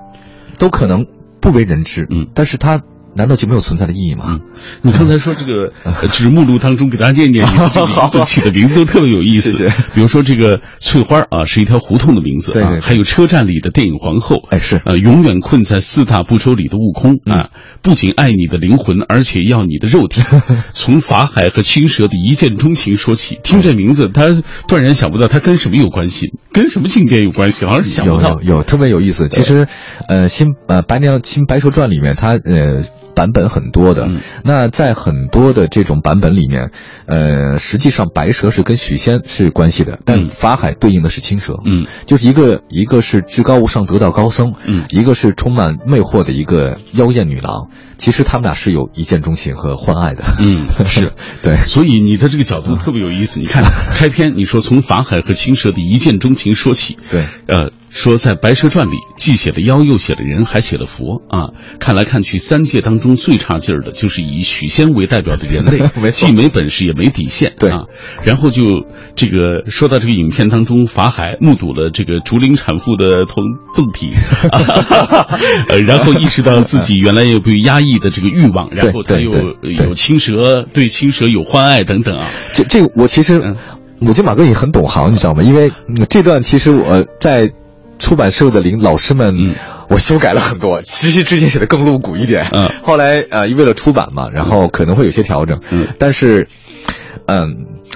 [SPEAKER 2] 都可能不为人知，
[SPEAKER 1] 嗯，
[SPEAKER 2] 但是它难道就没有存在的意义吗？
[SPEAKER 1] 你刚才说这个呃指目录当中，给大家念 念你的这个名字起的名字都特别有意思。
[SPEAKER 2] 谢谢。
[SPEAKER 1] 比如说这个翠花啊，是一条胡同的名字
[SPEAKER 2] 对
[SPEAKER 1] 啊
[SPEAKER 2] 对对，
[SPEAKER 1] 还有车站里的电影皇后，
[SPEAKER 2] 哎是
[SPEAKER 1] 呃，永远困在四大不周里的悟空
[SPEAKER 2] 嗯
[SPEAKER 1] 啊，不仅爱你的灵魂，而且要你的肉 体。从法海和青蛇的一见钟情说起，听这名字，他断然想不到他跟什么有关系，跟什么经典有关系，好像是想不
[SPEAKER 2] 有
[SPEAKER 1] 到
[SPEAKER 2] 有。有特别有意思。其实，呃，新呃《白娘新白蛇传》里面它呃。版本很多的，
[SPEAKER 1] 嗯
[SPEAKER 2] 那在很多的这种版本里面，呃，实际上白蛇是跟许仙是关系的，但
[SPEAKER 1] 嗯
[SPEAKER 2] 法海对应的是青蛇，
[SPEAKER 1] 嗯，
[SPEAKER 2] 就是一个一个是至高无上得道高僧，
[SPEAKER 1] 嗯
[SPEAKER 2] 一个是充满魅惑的一个妖艳女郎，其实他们俩是有一见钟情和欢爱的，
[SPEAKER 1] 嗯，是
[SPEAKER 2] 对，
[SPEAKER 1] 所以你的这个角度特别有意思。你看开篇你说从法海和青蛇的一见钟情说起，
[SPEAKER 2] 对，
[SPEAKER 1] 呃，说在《白蛇传》里既写了妖，又写了人，还写了佛啊。看来看去，三界当中最差劲儿的就是以许仙为代表的人类
[SPEAKER 2] 没，错
[SPEAKER 1] 既没本事也没底线。
[SPEAKER 2] 对
[SPEAKER 1] 啊，然后就这个说到这个影片当中，法海目睹了这个竹林产妇的同蹦体， 呃，然后意识到自己原来有被压抑的这个欲望，然后他
[SPEAKER 2] 对
[SPEAKER 1] 又
[SPEAKER 2] 对对对
[SPEAKER 1] 有青蛇，对青蛇有欢爱等等啊。
[SPEAKER 2] 这这个我其实
[SPEAKER 1] 嗯，
[SPEAKER 2] 我觉得马哥你很懂行，你知道吗？因为、嗯这段其实我在出版社的领老师们，
[SPEAKER 1] 嗯
[SPEAKER 2] 我修改了很多，其实之前写的更露骨一点，
[SPEAKER 1] 嗯
[SPEAKER 2] 后来呃为了出版嘛，然后可能会有些调整，
[SPEAKER 1] 嗯
[SPEAKER 2] 但是，嗯。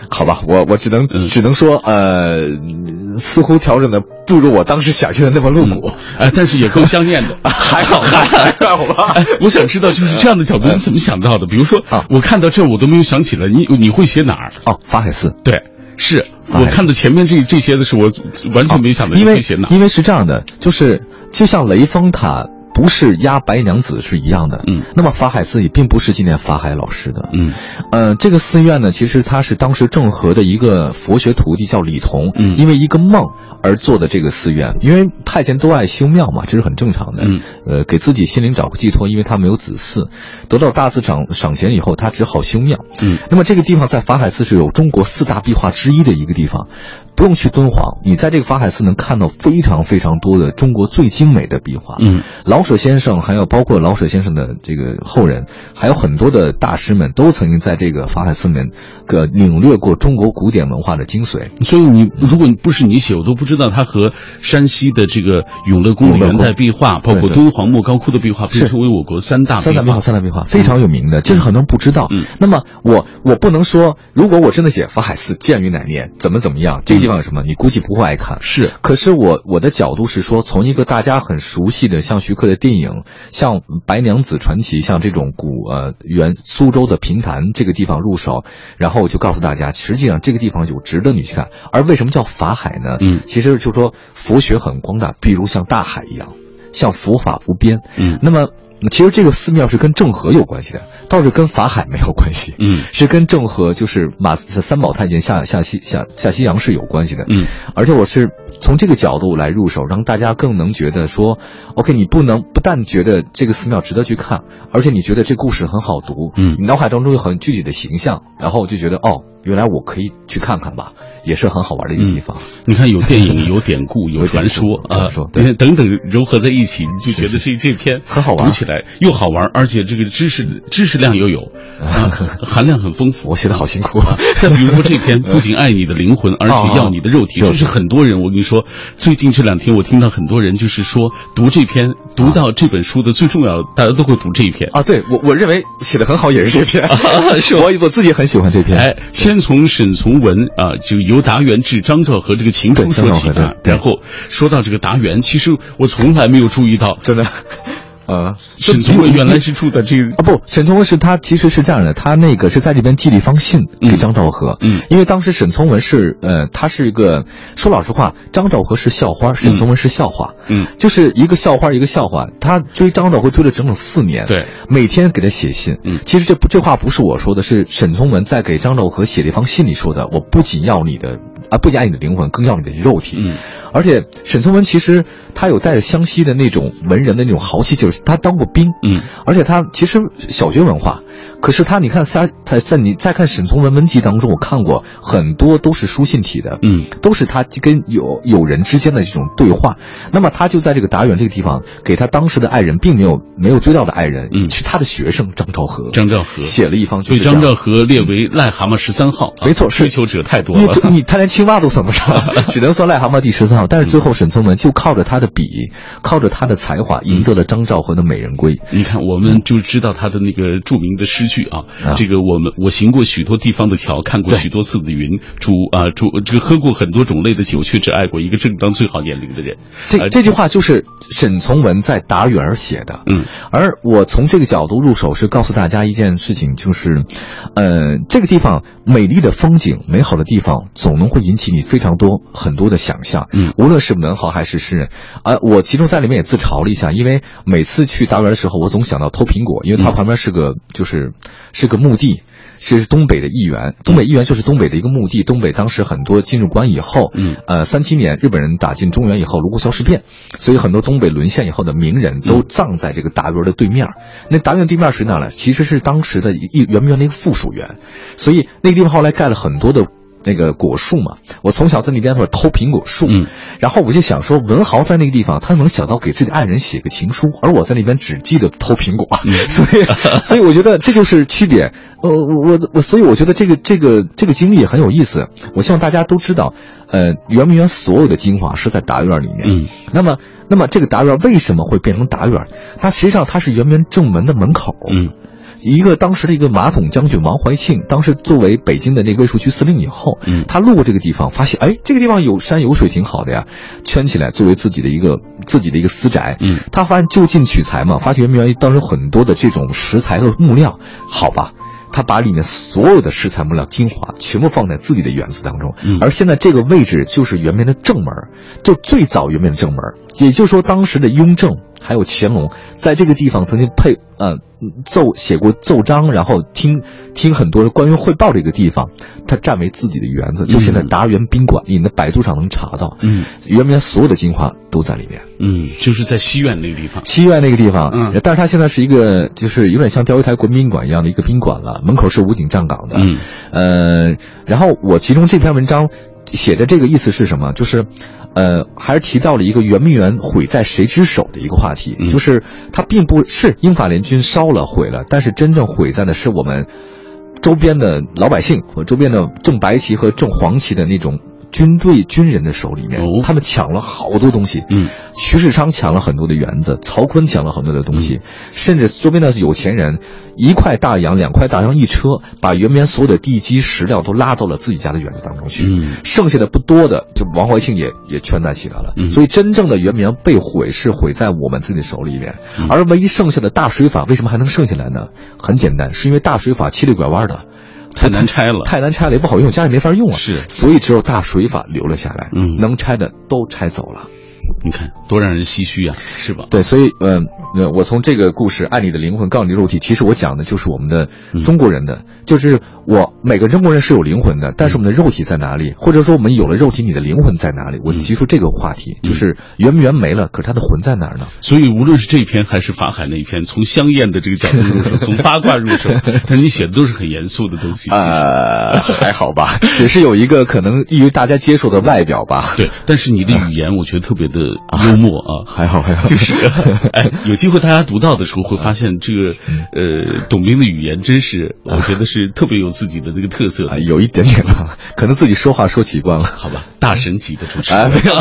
[SPEAKER 2] 好吧，我我只能、
[SPEAKER 1] 嗯
[SPEAKER 2] 只能说，呃，似乎调整的不如我当时想象的那么露骨，
[SPEAKER 1] 哎，但是也够香 艳的。
[SPEAKER 2] 还好还还好吧。
[SPEAKER 1] 哎，我想知道，就是这样的角度，你怎么想到的？比如说
[SPEAKER 2] 哎啊，
[SPEAKER 1] 我看到这儿，我都没有想起来，你你会写哪儿？
[SPEAKER 2] 哦，法海寺，
[SPEAKER 1] 对，是
[SPEAKER 2] 海
[SPEAKER 1] 我看到前面这这些的时候，我完全没想到你
[SPEAKER 2] 哎哦因为
[SPEAKER 1] 会写哪儿。
[SPEAKER 2] 因为是这样的，就是就像雷峰塔不是压白娘子是一样的，
[SPEAKER 1] 嗯，
[SPEAKER 2] 那么法海寺也并不是纪念法海老师的，
[SPEAKER 1] 嗯
[SPEAKER 2] 呃，这个寺院呢，其实它是当时郑和的一个佛学徒弟叫李同，
[SPEAKER 1] 嗯
[SPEAKER 2] 因为一个梦而做的这个寺院，因为太监都爱修庙嘛，这是很正常的，
[SPEAKER 1] 嗯，
[SPEAKER 2] 呃，给自己心灵找个寄托，因为他没有子嗣，得到大寺赏赏钱以后，他只好修庙，
[SPEAKER 1] 嗯，
[SPEAKER 2] 那么这个地方在法海寺是有中国四大壁画之一的一个地方，不用去敦煌，你在这个法海寺能看到非常非常多的中国最精美的壁画，
[SPEAKER 1] 嗯
[SPEAKER 2] 老舍先生，还有包括老舍先生的这个后人，还有很多的大师们，都曾经在这个法海寺里面，个领略过中国古典文化的精髓。
[SPEAKER 1] 所以你如果不是你写，我都不知道它和山西的这个永乐宫的
[SPEAKER 2] 永乐
[SPEAKER 1] 元
[SPEAKER 2] 宫
[SPEAKER 1] 代壁画，包括
[SPEAKER 2] 对对
[SPEAKER 1] 敦煌莫高窟的壁画，被
[SPEAKER 2] 是
[SPEAKER 1] 称为我国三大
[SPEAKER 2] 三大壁画，三大壁画非常有名的，这是很多人不知道。
[SPEAKER 1] 嗯
[SPEAKER 2] 那么我我不能说，如果我真的写法海寺建于哪年，怎么怎么样，这个地方有什么，你估计不会爱看。
[SPEAKER 1] 是
[SPEAKER 2] 可是我我的角度是说，从一个大家很熟悉的，像徐克的电影，像《白娘子传奇》，像这种古呃原苏州的平潭这个地方入手，然后我就告诉大家，实际上这个地方有值得你去看。而为什么叫法海呢？
[SPEAKER 1] 嗯
[SPEAKER 2] 其实就说佛学很广大，比如像大海一样，像佛法无边。
[SPEAKER 1] 嗯
[SPEAKER 2] 那么其实这个寺庙是跟郑和有关系的，倒是跟法海没有关系。
[SPEAKER 1] 嗯
[SPEAKER 2] 是跟郑和就是马斯三宝太监下下西下下西洋是有关系的。
[SPEAKER 1] 嗯
[SPEAKER 2] 而且我是从这个角度来入手，让大家更能觉得说，OK，你不能不但觉得这个寺庙值得去看，而且你觉得这故事很好读，
[SPEAKER 1] 嗯
[SPEAKER 2] 你脑海当中有很具体的形象，然后我就觉得哦，原来我可以去看看吧，也是很好玩的一个地方。
[SPEAKER 1] 你看，有电 影，有典故，有
[SPEAKER 2] 有典
[SPEAKER 1] 传
[SPEAKER 2] 故
[SPEAKER 1] 说啊
[SPEAKER 2] 传说，对
[SPEAKER 1] 等等糅合在一起，你就觉得这这 篇
[SPEAKER 2] 很好玩
[SPEAKER 1] 读起来又好玩，而且这个知识知识量又 有，啊含量很丰富
[SPEAKER 2] 我。写的好啊辛苦，啊
[SPEAKER 1] 再比如说这篇，不仅爱你的灵 魂，而且要你的肉体。
[SPEAKER 2] 哦哦
[SPEAKER 1] 就是很多人，我跟你说，最近这两天我听到很多人就是说，读这篇，读到这本书的最重要，大家都会读这一篇。
[SPEAKER 2] 啊，对我我认为写的很好也是这篇，
[SPEAKER 1] 是吧
[SPEAKER 2] 我我自己很喜欢这篇。
[SPEAKER 1] 哎，先从沈从文啊，就由达元至张兆和这个情书
[SPEAKER 2] 对
[SPEAKER 1] 说起
[SPEAKER 2] 张兆
[SPEAKER 1] 啊
[SPEAKER 2] 和，对
[SPEAKER 1] 然后说到这个达元，其实我从来没有注意到
[SPEAKER 2] 真的， 呃，
[SPEAKER 1] 沈从文原来是住在这个
[SPEAKER 2] 啊不，沈从文是他其实是这样的，他那个是在这边寄了一封信给张兆和，
[SPEAKER 1] 嗯
[SPEAKER 2] 因为当时沈从文是呃，他是一个说老实话，张兆和是校花，沈从文是校花，
[SPEAKER 1] 嗯
[SPEAKER 2] 就是一个校花一个校花，他追张兆和追了整整四年，
[SPEAKER 1] 对，
[SPEAKER 2] 每天给他写信，
[SPEAKER 1] 嗯
[SPEAKER 2] 其实这不这话不是我说的，是沈从文在给张兆和写的一封信里说的，我不仅要你的啊，不仅要你的灵魂，更要你的肉体，
[SPEAKER 1] 嗯
[SPEAKER 2] 而且沈从文其实他有带着湘西的那种文人的那种豪气劲儿，就是他当过兵，
[SPEAKER 1] 嗯，
[SPEAKER 2] 而且他其实小学文化，可是他，你看他在在你再看沈从文文集当中，我看过很多都是书信体的，
[SPEAKER 1] 嗯，
[SPEAKER 2] 都是他跟友友人之间的这种对话。那么他就在这个达远这个地方，给他当时的爱人，并没有没有追到的爱人，
[SPEAKER 1] 嗯
[SPEAKER 2] 是他的学生张兆和，
[SPEAKER 1] 张兆和
[SPEAKER 2] 写了一方就
[SPEAKER 1] 被
[SPEAKER 2] 是这样
[SPEAKER 1] 张兆和列为癞蛤蟆十三号啊，
[SPEAKER 2] 没错是
[SPEAKER 1] 追求者太多
[SPEAKER 2] 因
[SPEAKER 1] 了
[SPEAKER 2] 为。这你他连青蛙都算不上，只能算癞蛤蟆第十三号。但是最后沈从文就靠着他的笔，
[SPEAKER 1] 嗯
[SPEAKER 2] 靠着他的才华，赢得了张兆和的美人归。
[SPEAKER 1] 你看，我们就知道他的那个著名的诗句啊，
[SPEAKER 2] 啊
[SPEAKER 1] 这个我们我行过许多地方的桥，看过许多次的云，煮啊煮这个喝过很多种类的酒，却只爱过一个正当最好年龄的人。
[SPEAKER 2] 这这句话就是沈从文在答允儿写的。
[SPEAKER 1] 嗯，
[SPEAKER 2] 而我从这个角度入手，是告诉大家一件事情，就是，呃，这个地方美丽的风景、美好的地方，总能会引起你非常多很多的想象。
[SPEAKER 1] 嗯，
[SPEAKER 2] 无论是文豪还是诗人，啊、我其中在里面也自嘲了一下，因为每次去达园的时候，我总想到偷苹果，因
[SPEAKER 1] 嗯
[SPEAKER 2] 为它旁边是个、就是是个墓地。是东北的一
[SPEAKER 1] 嗯
[SPEAKER 2] 员，东北一员就是东北的一个墓地。东北当时很多进入关以后，
[SPEAKER 1] 嗯，
[SPEAKER 2] 呃，三七年日本人打进中原以后，卢沟桥事变，所以很多东北沦陷以后的名人
[SPEAKER 1] 嗯
[SPEAKER 2] 都葬在这个达园的对面儿。那达园对面是哪来？其实是当时的一一圆明园的一个附属园，所以那个地方后来盖了很多的。那个果树嘛，我从小在那边头偷苹果树，
[SPEAKER 1] 嗯
[SPEAKER 2] 然后我就想说，文豪在那个地方，他能想到给自己的爱人写个情书，而我在那边只记得偷苹果，
[SPEAKER 1] 嗯
[SPEAKER 2] 所 以，所以我觉得这就是区别。呃，我我我，所以我觉得这个这个这个经历也很有意思。我希望大家都知道，呃，圆明园所有的精华是在达院里面。
[SPEAKER 1] 嗯，
[SPEAKER 2] 那么，那么这个达院为什么会变成达院？它实际上它是圆明园正门的门口。
[SPEAKER 1] 嗯，
[SPEAKER 2] 一个当时的一个马统将军王怀庆，当时作为北京的那个卫戍区司令以后，
[SPEAKER 1] 嗯
[SPEAKER 2] 他路过这个地方，发现哎，这个地方有山有水，挺好的呀，圈起来作为自己的一个自己的一个私宅。
[SPEAKER 1] 嗯，
[SPEAKER 2] 他发现就近取材嘛，发现圆明园当时很多的这种食材和木料，好吧。他把里面所有的食材木料精华全部放在自己的园子当中，
[SPEAKER 1] 嗯
[SPEAKER 2] 而现在这个位置就是圆明园的正门，就最早圆明园的正门，也就是说当时的雍正还有乾隆在这个地方曾经配呃奏写过奏章，然后听听很多官员汇报的一个地方，他占为自己的园子，就现在达园宾馆，你们百度上能查到，
[SPEAKER 1] 嗯
[SPEAKER 2] 圆明园所有的精华都在里面。
[SPEAKER 1] 嗯，就是在西苑那个地方。
[SPEAKER 2] 七院那个地方，
[SPEAKER 1] 嗯
[SPEAKER 2] 但是它现在是一个就是有点像钓鱼台国民宾馆一样的一个宾馆了，门口是武警站岗的，
[SPEAKER 1] 嗯，
[SPEAKER 2] 呃，然后我其中这篇文章写的这个意思是什么？就是，呃，还是提到了一个圆明园毁在谁之手的一个话题，
[SPEAKER 1] 嗯
[SPEAKER 2] 就是它并不是英法联军烧了毁了，但是真正毁在的是我们周边的老百姓和周边的正白旗和正黄旗的那种。军队军人的手里面，
[SPEAKER 1] 哦
[SPEAKER 2] 他们抢了好多东西。
[SPEAKER 1] 嗯，
[SPEAKER 2] 徐世昌抢了很多的园子，曹锟抢了很多的东西，甚至周边的有钱人，一块大洋、两块大洋一车，把圆明园所有的地基石料都拉到了自己家的园子当中去。
[SPEAKER 1] 嗯
[SPEAKER 2] 剩下的不多的，就王怀庆也也圈带起来了。
[SPEAKER 1] 嗯
[SPEAKER 2] 所以真正的圆明园被毁是毁在我们自己的手里面，
[SPEAKER 1] 嗯
[SPEAKER 2] 而唯一剩下的大水法为什么还能剩下来呢？很简单，是因为大水法七里拐弯的。
[SPEAKER 1] 太难拆了。
[SPEAKER 2] 太难拆了，也不好用，家里没法用啊。
[SPEAKER 1] 是
[SPEAKER 2] 所以只有大水法留了下来，
[SPEAKER 1] 嗯
[SPEAKER 2] 能拆的都拆走了。
[SPEAKER 1] 你看，多让人唏嘘啊，是吧？
[SPEAKER 2] 对，所以，嗯、呃，我从这个故事《爱你的灵魂告你的肉体》，其实我讲的就是我们的
[SPEAKER 1] 嗯
[SPEAKER 2] 中国人的，就是我每个中国人是有灵魂的，但是我们的肉体在哪里，或者说我们有了肉体，你的灵魂在哪里？我提出这个话题，就是圆明园没了，可是他的魂在哪儿呢？
[SPEAKER 1] 所以无论是这一篇还是法海那一篇，从香艳的这个角度入手，从八卦入手，但你写的都是很严肃的东西。
[SPEAKER 2] 呃， 还好吧，只是有一个可能易于大家接受的外表吧。
[SPEAKER 1] 对，但是你的语言我觉得特别的幽默啊。
[SPEAKER 2] 还好，还好，
[SPEAKER 1] 就是，哎，有机会大家读到的时候会发现，这个呃，董斌的语言真是，我觉得是特别有自己的那个特色
[SPEAKER 2] 啊、
[SPEAKER 1] 的，
[SPEAKER 2] 有一点点吧，可能自己说话说习惯了。
[SPEAKER 1] 好吧？大神级的主持
[SPEAKER 2] 啊，
[SPEAKER 1] 人
[SPEAKER 2] 没，有，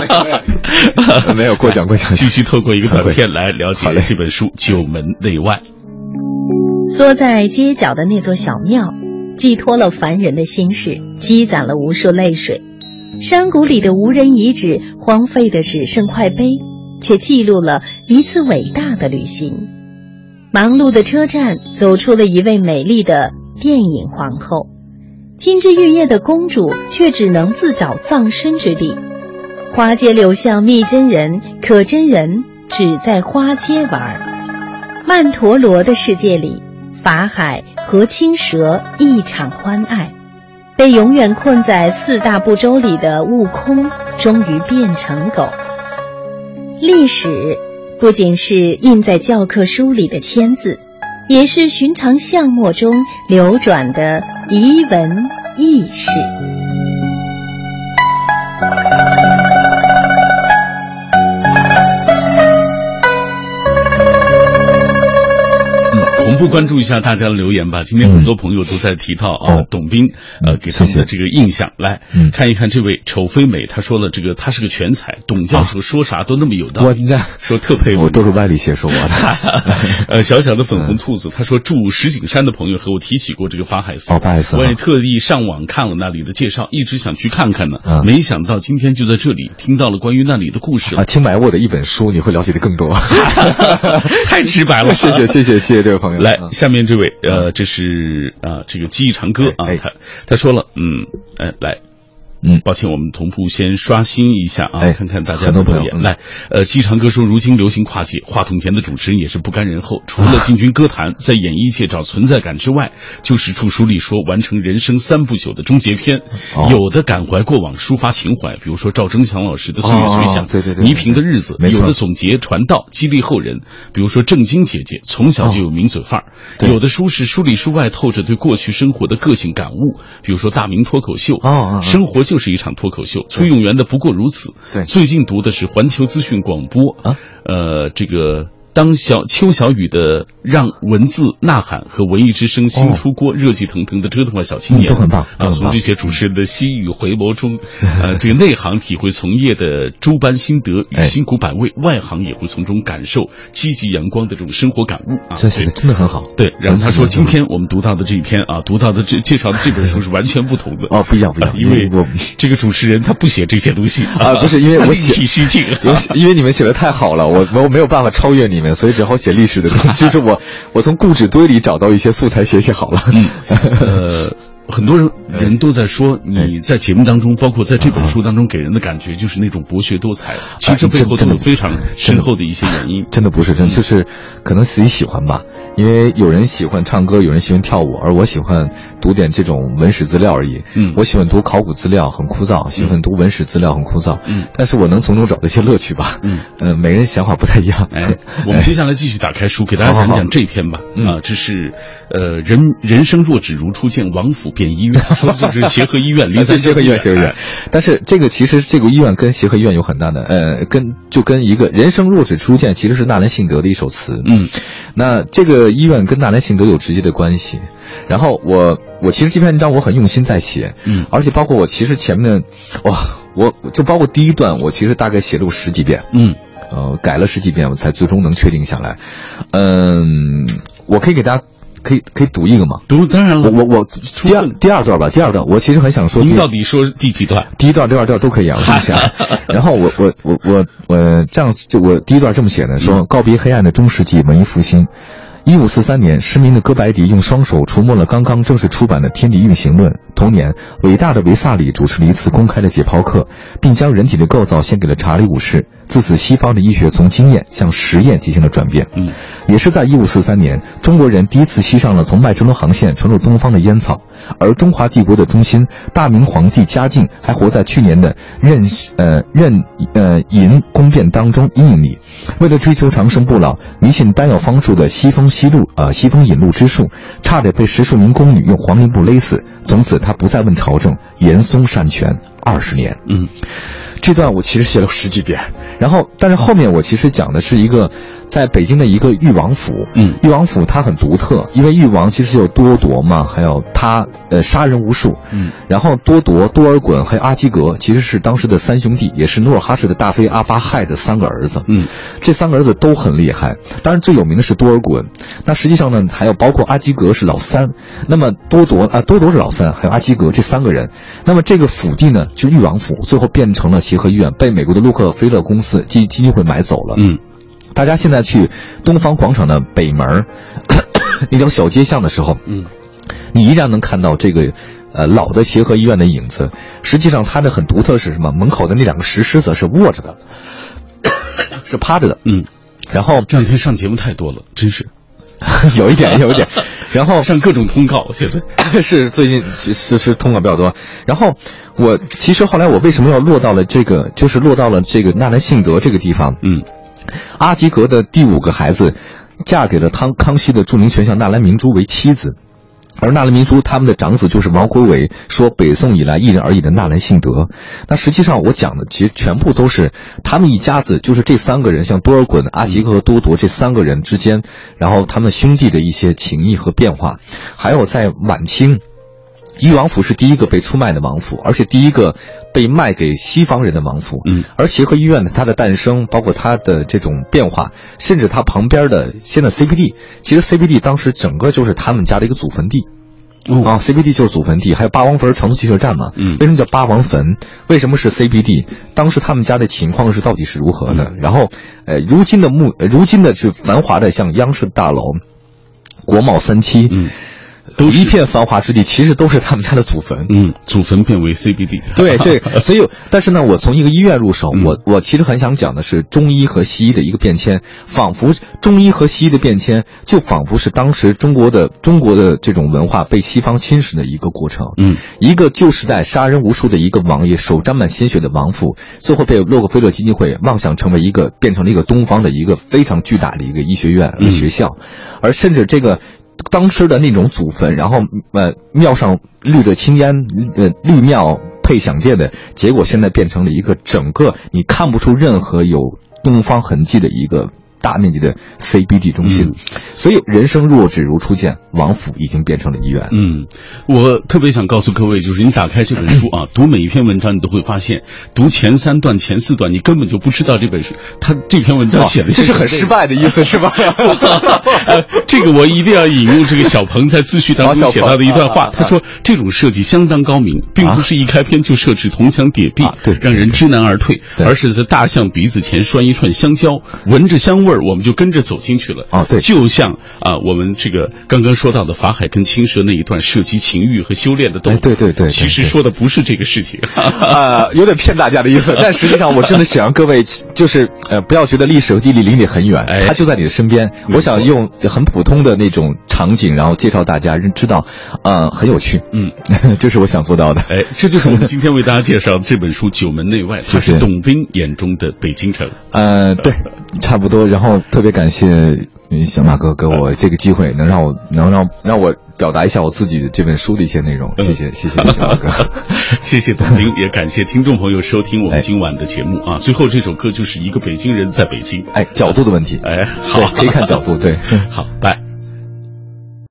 [SPEAKER 2] 没 有，没有，过奖，过奖。
[SPEAKER 1] 继续透过一个
[SPEAKER 2] 惭
[SPEAKER 1] 短
[SPEAKER 2] 愧
[SPEAKER 1] 片来了
[SPEAKER 2] 好
[SPEAKER 1] 解
[SPEAKER 2] 嘞
[SPEAKER 1] 这本书《九门内外》。
[SPEAKER 3] 缩在街角的那座小庙，寄托了凡人的心事，积攒了无数泪水。山谷里的无人遗址，荒废的只剩块碑，却记录了一次伟大的旅行。忙碌的车站，走出了一位美丽的电影皇后。金枝玉叶的公主，却只能自找葬身之地。花街柳巷觅真人，可真人只在花街玩儿。曼陀罗的世界里，法海和青蛇一场欢爱，被永远困在四大部洲里的悟空终于变成狗。历史不仅是印在教科书里的签字，也是寻常巷陌中流转的遗文轶事。
[SPEAKER 1] 同步关注一下大家的留言吧。今天很多朋友都在提到啊，
[SPEAKER 2] 哦
[SPEAKER 1] 董斌，呃，给他们的这个印象。来、
[SPEAKER 2] 嗯
[SPEAKER 1] 看一看这位丑非美，他说了这个他是个全才，董教授说啥都那么有道
[SPEAKER 2] 啊我
[SPEAKER 1] 理，
[SPEAKER 2] 那
[SPEAKER 1] 说特佩服
[SPEAKER 2] 我
[SPEAKER 1] 你。
[SPEAKER 2] 都是 嗯歪理邪说我的。
[SPEAKER 1] 呃，小小的粉红兔子，他说住石景山的朋友和我提起过这个法海寺，
[SPEAKER 2] 哦法海寺
[SPEAKER 1] 我也
[SPEAKER 2] 啊
[SPEAKER 1] 特地上网看了那里的介绍，一直想去看看呢，
[SPEAKER 2] 嗯
[SPEAKER 1] 没想到今天就在这里听到了关于那里的故 事
[SPEAKER 2] 啊，，请买我的一本书，你会了解的更多。
[SPEAKER 1] 太直白了，
[SPEAKER 2] 谢谢谢谢谢谢这位朋友。
[SPEAKER 1] 来
[SPEAKER 2] 嗯，
[SPEAKER 1] 下面这位，呃，这是啊、这个记忆长歌啊，
[SPEAKER 2] 哎哎
[SPEAKER 1] 他他说了，嗯，哎，来。
[SPEAKER 2] 嗯
[SPEAKER 1] 抱歉，我们同步先刷新一下啊，
[SPEAKER 2] 哎
[SPEAKER 1] 看看大家
[SPEAKER 2] 很
[SPEAKER 1] 的
[SPEAKER 2] 多
[SPEAKER 1] 留
[SPEAKER 2] 朋友
[SPEAKER 1] 言。
[SPEAKER 2] 嗯
[SPEAKER 1] 来，呃，记忆长歌说，如今流行跨界，话筒前的主持人也是不甘人后，除了进军歌
[SPEAKER 2] 嗯
[SPEAKER 1] 坛，在演艺界找存在感之外，就是著书立说，完成人生三部曲的终结篇。
[SPEAKER 2] 哦
[SPEAKER 1] 有的感怀过往，抒发情怀，比如说赵忠祥老师的《岁月随想》
[SPEAKER 2] 哦对对对
[SPEAKER 1] 倪萍的日子，
[SPEAKER 2] 没错
[SPEAKER 1] 有的总结传道，激励后人。比如说郑晶姐姐，从小就有名嘴范儿；
[SPEAKER 2] 哦对
[SPEAKER 1] 有的书是书里书外透着对过去生活的个性感悟，比如说大明脱口秀。
[SPEAKER 2] 哦嗯嗯
[SPEAKER 1] 生活就是一场脱口秀。崔永元的《不过如此》。
[SPEAKER 2] 对
[SPEAKER 1] 最近读的是环球资讯广播。
[SPEAKER 2] 啊，
[SPEAKER 1] 呃，这个。当小邱小雨的《让文字呐喊》和文艺之声新
[SPEAKER 2] 哦
[SPEAKER 1] 出锅、热气腾腾的折腾吧小青年
[SPEAKER 2] 嗯都很棒都
[SPEAKER 1] 啊！
[SPEAKER 2] 很
[SPEAKER 1] 从
[SPEAKER 2] 棒
[SPEAKER 1] 这些主持人的心语回眸中，呃，这个内行体会从业的诸般心得与
[SPEAKER 2] 哎
[SPEAKER 1] 辛苦百味，外行也会从中感受积极阳光的这种生活感悟啊！
[SPEAKER 2] 这写的真的很好。
[SPEAKER 1] 对，对然后他
[SPEAKER 2] 嗯
[SPEAKER 1] 说，今天我们读到的这一篇啊，读到的这介绍的这本书是完全不同的
[SPEAKER 2] 哦，不一样不一
[SPEAKER 1] 啊
[SPEAKER 2] 样，
[SPEAKER 1] 因为
[SPEAKER 2] 我
[SPEAKER 1] 这个主持人他不写这些东西
[SPEAKER 2] 啊不是因为
[SPEAKER 1] 他
[SPEAKER 2] 我
[SPEAKER 1] 另
[SPEAKER 2] 写
[SPEAKER 1] 辟蹊径。
[SPEAKER 2] 我写因为你们写的太好了，我我没有办法超越你们，所以只好写历史的东 西。就是我我从故纸堆里找到一些素材写写好了。
[SPEAKER 1] 呃，很多人人都在说
[SPEAKER 2] 哎
[SPEAKER 1] 你在节目当中，包括在这本书当中给人的感觉就是那种博学多才，其实背后都有非常深厚的一些原因。
[SPEAKER 2] 哎真的不是真的，就是可能自己喜欢吧，因为有人喜欢唱歌，有人喜欢跳舞，而我喜欢读点这种文史资料而已。
[SPEAKER 1] 嗯
[SPEAKER 2] 我喜欢读考古资料，很枯燥；喜欢读文史资料，很枯燥。
[SPEAKER 1] 嗯，
[SPEAKER 2] 但是我能从中找到一些乐趣吧。
[SPEAKER 1] 嗯，
[SPEAKER 2] 呃，每个人想法不太一样。
[SPEAKER 1] 哎，我们接下来继续打开书，给大家
[SPEAKER 2] 好好
[SPEAKER 1] 讲
[SPEAKER 2] 好
[SPEAKER 1] 讲这篇吧。
[SPEAKER 2] 嗯
[SPEAKER 1] 啊，这是呃，人人生若只如初见，王府便 医院，说的就是协和医院，离
[SPEAKER 2] 对
[SPEAKER 1] 咱
[SPEAKER 2] 协和医院，协和医。
[SPEAKER 1] 哎
[SPEAKER 2] 院。但是这个其实这个医院跟协和医院有很大的呃，跟就跟一个“人生若只初见”其实是纳兰性德的一首词。
[SPEAKER 1] 嗯，
[SPEAKER 2] 那这个医院跟纳兰性德有直接的关系。然后我我其实这篇文章我很用心在写，
[SPEAKER 1] 嗯
[SPEAKER 2] 而且包括我其实前面的哇、我我就包括第一段我其实大概写了有十几遍，
[SPEAKER 1] 嗯
[SPEAKER 2] 呃，改了十几遍我才最终能确定下来。嗯，我可以给大家可以可以读一个吗？
[SPEAKER 1] 读当然
[SPEAKER 2] 我
[SPEAKER 1] 嗯了，
[SPEAKER 2] 我我第二第二段吧，第二段我其实很想说这
[SPEAKER 1] 您
[SPEAKER 2] 个
[SPEAKER 1] 到底说第几段？
[SPEAKER 2] 第一段、第二段都可以啊，我这么写。然后我我我我我这样就我第一段这么写的，说告别黑暗的中世纪文艺复兴。一五四三年，失明的哥白迪用双手触摸了刚刚正式出版的《天地运行论》。同年，伟大的维萨里主持了一次公开的解剖课，并将人体的构造献给了查理五世。自此，西方的医学从经验向实验进行了转变。
[SPEAKER 1] 嗯，
[SPEAKER 2] 也是在1543年，中国人第一次吸上了从麦哲伦航线传入东方的烟草，而中华帝国的中心大明皇帝嘉靖还活在去年的壬呃壬呃寅宫变当中阴影里。为了追求长生不老，迷信丹药方术的西风西路呃西风引路之术，差点被十数名宫女用黄绫布勒死。从此他不再问朝政，严嵩擅权二十年。
[SPEAKER 1] 嗯
[SPEAKER 2] 这段我其实写了十几遍，然后但是后面我其实讲的是一个在北京的一个裕王府，
[SPEAKER 1] 嗯
[SPEAKER 2] 裕王府它很独特，因为裕王其实有多铎嘛，还有他呃杀人无数，
[SPEAKER 1] 嗯，
[SPEAKER 2] 然后多铎、多尔衮还有阿基格其实是当时的三兄弟，也是努尔哈赤的大妃阿巴亥的三个儿子，
[SPEAKER 1] 嗯，
[SPEAKER 2] 这三个儿子都很厉害，当然最有名的是多尔衮，那实际上呢还有包括阿基格是老三，那么多铎啊多铎是老三，还有阿基格这三个人，那么这个府地呢就裕王府，最后变成了协和医院，被美国的洛克菲勒公司基基金会买走了，
[SPEAKER 1] 嗯
[SPEAKER 2] 大家现在去东方广场的北门儿 那条小街巷的时候，
[SPEAKER 1] 嗯
[SPEAKER 2] 你依然能看到这个。呃，老的协和医院的影子，实际上它的很独特是什么？门口的那两个石狮子是卧着的， 是趴着的。
[SPEAKER 1] 嗯，
[SPEAKER 2] 然后
[SPEAKER 1] 这两天上节目太多了，真是
[SPEAKER 2] 有一点，有一点，然后
[SPEAKER 1] 上各种通告，我觉得。
[SPEAKER 2] 是最近是是是通稿比较多。然后我其实后来我为什么要落到了这个，就是落到了这个纳兰性德这个地方？
[SPEAKER 1] 嗯
[SPEAKER 2] 阿吉格的第五个孩子嫁给了康康熙的著名权相纳兰明珠为妻子。而纳兰明珠他们的长子就是王辉伟，说北宋以来一人而已的纳兰性德。那实际上我讲的其实全部都是他们一家子，就是这三个人，像多尔衮、阿提克和多铎这三个人之间，然后他们兄弟的一些情谊和变化，还有在晚清。裕王府是第一个被出卖的王府，而且第一个被卖给西方人的王府。
[SPEAKER 1] 嗯，
[SPEAKER 2] 而协和医院呢，它的诞生，包括它的这种变化，甚至它旁边的现在 CBD，其实 CBD 当时整个就是他们家的一个祖坟地。
[SPEAKER 1] 哦
[SPEAKER 2] 啊，CBD 就是祖坟地，还有八王坟长途汽车站嘛。
[SPEAKER 1] 嗯
[SPEAKER 2] 为什么叫八王坟？为什么是 CBD？当时他们家的情况是到底是如何
[SPEAKER 1] 嗯
[SPEAKER 2] 的？然后，呃，如今的木，呃如今的是繁华的像央视大楼、国贸三期，
[SPEAKER 1] 嗯，
[SPEAKER 2] 都一片繁华之地，其实都是他们家的祖坟。
[SPEAKER 1] 嗯，祖坟变为 CBD，
[SPEAKER 2] 对，这所以，但是呢，我从一个医院入手，
[SPEAKER 1] 嗯
[SPEAKER 2] 我我其实很想讲的是中医和西医的一个变迁，仿佛中医和西医的变迁，就仿佛是当时中国的中国的这种文化被西方侵蚀的一个过程。
[SPEAKER 1] 嗯，
[SPEAKER 2] 一个旧时代杀人无数的一个王爷，手沾满鲜血的王父，最后被洛克菲勒基金会妄想成为一个变成了一个东方的一个非常巨大的一个医学院、
[SPEAKER 1] 嗯
[SPEAKER 2] 学校，而甚至这个。当时的那种祖坟，然后呃庙上绿着青烟，呃绿庙配响殿的结果，现在变成了一个整个你看不出任何有东方痕迹的一个大面积的 CBD 中心。
[SPEAKER 1] 嗯
[SPEAKER 2] 所以人生若只如初见，王府已经变成了医院。
[SPEAKER 1] 嗯，我特别想告诉各位，就是你打开这本书啊，读每一篇文章，你都会发现，读前三段、前四段，你根本就不知道这本书他这篇文章写的
[SPEAKER 2] 这是
[SPEAKER 1] 什么
[SPEAKER 2] 很
[SPEAKER 1] 内容
[SPEAKER 2] 失败的意思是吧？
[SPEAKER 1] 呃，这个我一定要引用这个小鹏在自序当
[SPEAKER 2] 哦王小
[SPEAKER 1] 中写
[SPEAKER 2] 鹏
[SPEAKER 1] 到的一段话
[SPEAKER 2] 啊，
[SPEAKER 1] 他说：“这种设计相当高明，并不是一开篇就设置铜墙铁壁
[SPEAKER 2] 啊对，
[SPEAKER 1] 让人知难而退，
[SPEAKER 2] 对
[SPEAKER 1] 而是在大象鼻子前拴一串香蕉，闻着香味儿，我们就跟着走进去了。”
[SPEAKER 2] 啊 对
[SPEAKER 1] 就像啊，我们这个刚刚说到的法海跟青蛇那一段涉及情欲和修炼的动
[SPEAKER 2] 哎
[SPEAKER 1] 作，
[SPEAKER 2] 对对对对
[SPEAKER 1] 其实
[SPEAKER 2] 对
[SPEAKER 1] 说的不是这个事 情。
[SPEAKER 2] 呃，有点骗大家的意思，但实际上我真的想让各位就是呃，不要觉得历史和地理离你很远，
[SPEAKER 1] 哎
[SPEAKER 2] 它就在你的身边。
[SPEAKER 1] 没错
[SPEAKER 2] 我想用很普通的那种场景，然后介绍大家认知道，呃，很有趣，
[SPEAKER 1] 嗯，
[SPEAKER 2] 这是我想做 到的。
[SPEAKER 1] 哎，这就是我们今天为大家介绍的这本书《九门内外》，它
[SPEAKER 2] 谢谢
[SPEAKER 1] 是董斌眼中的北京城。
[SPEAKER 2] 呃，对，差不多。然后特别感谢嗯小马哥给我这个机会，能让我能让让我表达一下我自己这本书的一些内容。
[SPEAKER 1] 嗯
[SPEAKER 2] 谢谢谢谢小马哥。
[SPEAKER 1] 谢谢董斌，也感谢听众朋友收听我们今晚的节目
[SPEAKER 2] 哎
[SPEAKER 1] 啊。最后这首歌就是一个北京人在北京，
[SPEAKER 2] 哎，角度的问题，
[SPEAKER 1] 哎，
[SPEAKER 2] 对
[SPEAKER 1] 好，，
[SPEAKER 2] 可以看角度，对。
[SPEAKER 1] 好，拜。